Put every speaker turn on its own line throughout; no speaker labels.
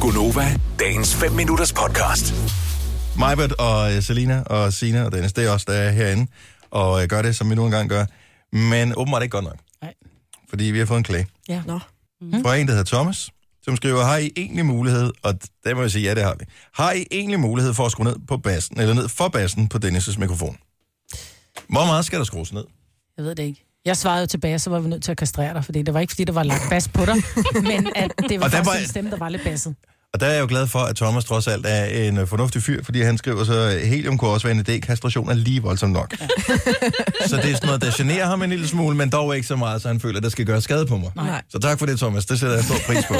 Gunova, dagens 5 minutters podcast.
Majbert og øh, Selina og Sina og Dennis, det er os, der er herinde, og øh, gør det, som vi nu engang gør. Men åbenbart ikke godt nok.
Nej.
Fordi vi har fået en klage
Ja. Nå.
fra en, der hedder Thomas, som skriver, har I egentlig mulighed, og d- der må jeg sige, ja, det har vi. Har I egentlig mulighed for at skrue ned, på bassen, eller ned for bassen på Dennis' mikrofon? Hvor meget skal der skrues ned?
Jeg ved det ikke. Jeg svarede jo tilbage, så var vi nødt til at kastrere dig, fordi det var ikke, fordi der var lagt bas på dig, men at det var
Og der
faktisk
var-
var... en stemme, der var lidt basset.
Og der er jeg jo glad for, at Thomas trods alt er en øh, fornuftig fyr, fordi han skriver så, øh, helium kunne også være en idé, kastration er lige voldsomt nok. så det er sådan noget, der generer ham en lille smule, men dog ikke så meget, så han føler, at der skal gøre skade på mig.
Nej.
Så tak for det, Thomas. Det sætter jeg stor pris på.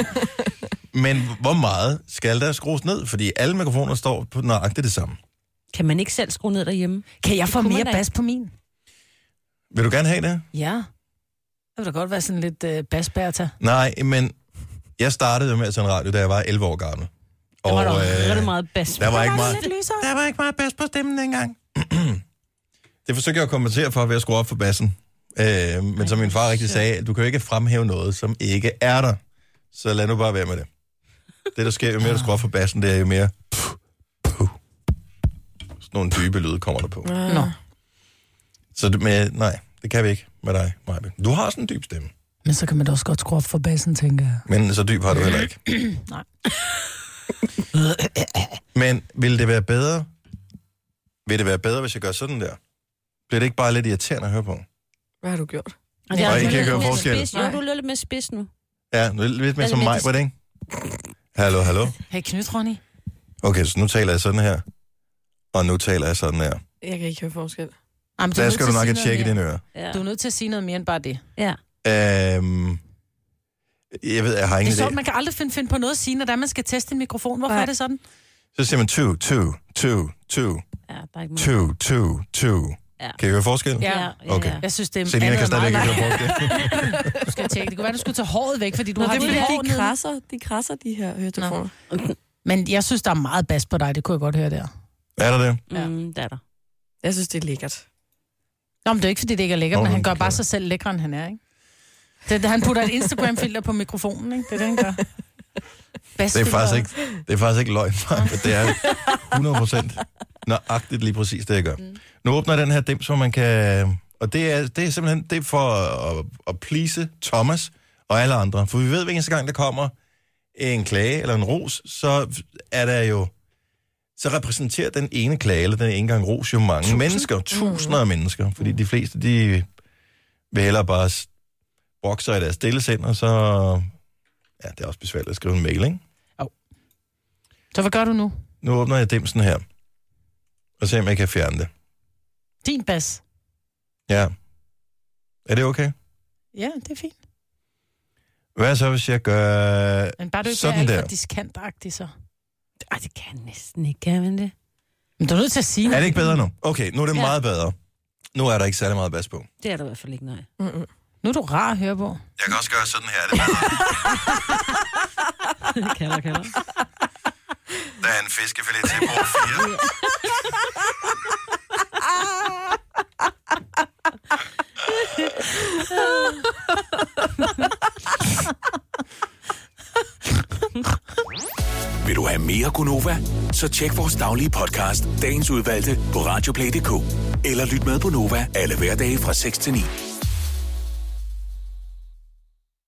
men hvor meget skal der skrues ned? Fordi alle mikrofoner står på nøjagtigt det samme.
Kan man ikke selv skrue ned derhjemme?
Kan jeg få
kunne
mere
man da
bas på min?
Vil du gerne have det?
Ja. Det vil da godt være sådan lidt øh, basbærta.
Nej, men jeg startede jo med at sende radio, da jeg var 11 år gammel.
Der var
Og, øh,
der øh, meget bas.
der var ikke meget...
Lidt lysere.
Der var ikke meget bas på stemmen dengang. det forsøgte jeg at kompensere for ved at skrue op for bassen. Øh, men som min far rigtig sagde, du kan jo ikke fremhæve noget, som ikke er der. Så lad nu bare være med det. Det, der sker, jo mere du skruer op for bassen, det er jo mere... puh, puh. Sådan nogle dybe lyde kommer der på.
Nå.
Så det med, nej, det kan vi ikke med dig, Maja. Du har sådan en dyb stemme,
Men så kan man da også godt skrue op for bassen, tænker jeg.
men så dyb har du heller ikke.
Nej.
Men vil det være bedre? Vil det være bedre, hvis jeg gør sådan der? Bliver det ikke bare lidt irriterende at høre på?
Hvad har du gjort?
Og det er
Og
altså
I kan
lidt
ikke høre
mere
forskel.
spids. Jo, du er lidt mere spids nu.
Ja, nu er det lidt mere
Altså,
som
men
mig,
det-
var det ikke? Hallo, hallo.
Hey, knyt, Ronny.
Okay, så nu taler jeg sådan her. Og nu taler jeg sådan her.
Jeg kan ikke høre forskel.
Jamen,
Der skal du nok have tjekket
det
dine ører.
Ja.
Du er nødt til at sige noget mere end bare det.
ja.
Øhm, jeg ved, jeg har
Det
ingen
er sjovt,
idé.
man kan aldrig finde, finde på noget at sige, når det er, man skal teste en mikrofon. Hvorfor
Nej.
er det sådan?
Så siger man two, two, two, two,
ja, der er ikke meget.
two, two, two.
Ja.
Kan I høre forskel?
Ja.
ja,
Okay.
ja.
Jeg synes, det er
Selina
andet
kan
er
stadigvæk ikke
meget-
høre forskel.
Du skal tjekke. Det kunne være, du skulle tage håret væk, fordi du
Nå,
har
det er
dit hår
fordi, de
nede.
krasser, de krasser de her høretelefoner.
Men jeg synes, der er meget bas på dig. Det kunne jeg godt høre der.
Er der det?
Ja.
Mm, der er der.
Jeg synes, det er lækkert.
Nå, men det er jo ikke, fordi det ikke er lækkert,
Nå,
men han
men
gør
det
bare
kan
sig selv lækre, end han er, ikke? Det, det, han putter et Instagram-filter på mikrofonen, ikke? Det er det, han gør. Bas,
Det er faktisk ikke, det er faktisk ikke løgn, men det er 100 procent nøjagtigt lige præcis det, jeg gør. Nu åbner jeg den her dims, hvor man kan... Og det er, det er simpelthen det er for at, at please Thomas og alle andre. For vi ved, hver eneste gang, der kommer en klage eller en ros, så er der jo... Så repræsenterer den ene klage eller den ene gang ros jo mange Tusind. mennesker. Tusinder af mennesker. Fordi de fleste, de vil hellere bare s- brokke sig i deres stille sind, og så... Ja, det er også besværligt at skrive en mail, ikke?
Så hvad gør du nu?
Nu åbner jeg dimsen her. Og ser, om jeg kan fjerne det.
Din bas.
Ja. Er det okay?
Ja, det er fint.
Hvad så, hvis jeg gør...
Men bare du ikke
Sådan
er alt
der.
for diskantagtig, så.
Ej, det kan jeg næsten ikke, kan man det?
Men du er nødt til at sige
Er det ikke bedre nu? Okay, nu er det
Ja.
meget bedre. Nu er der ikke særlig meget bas på.
Det er der i hvert fald ikke, nej.
Mm-mm.
Nu er du rar at høre på.
Jeg kan også gøre sådan her. Det
kalder, kalder.
der er en fiskefilet til på 4.
Vil du have mere Gunova? Så tjek vores daglige podcast, dagens udvalgte, på radioplay.dk. Eller lyt med på Nova alle hverdage fra 6 til 9.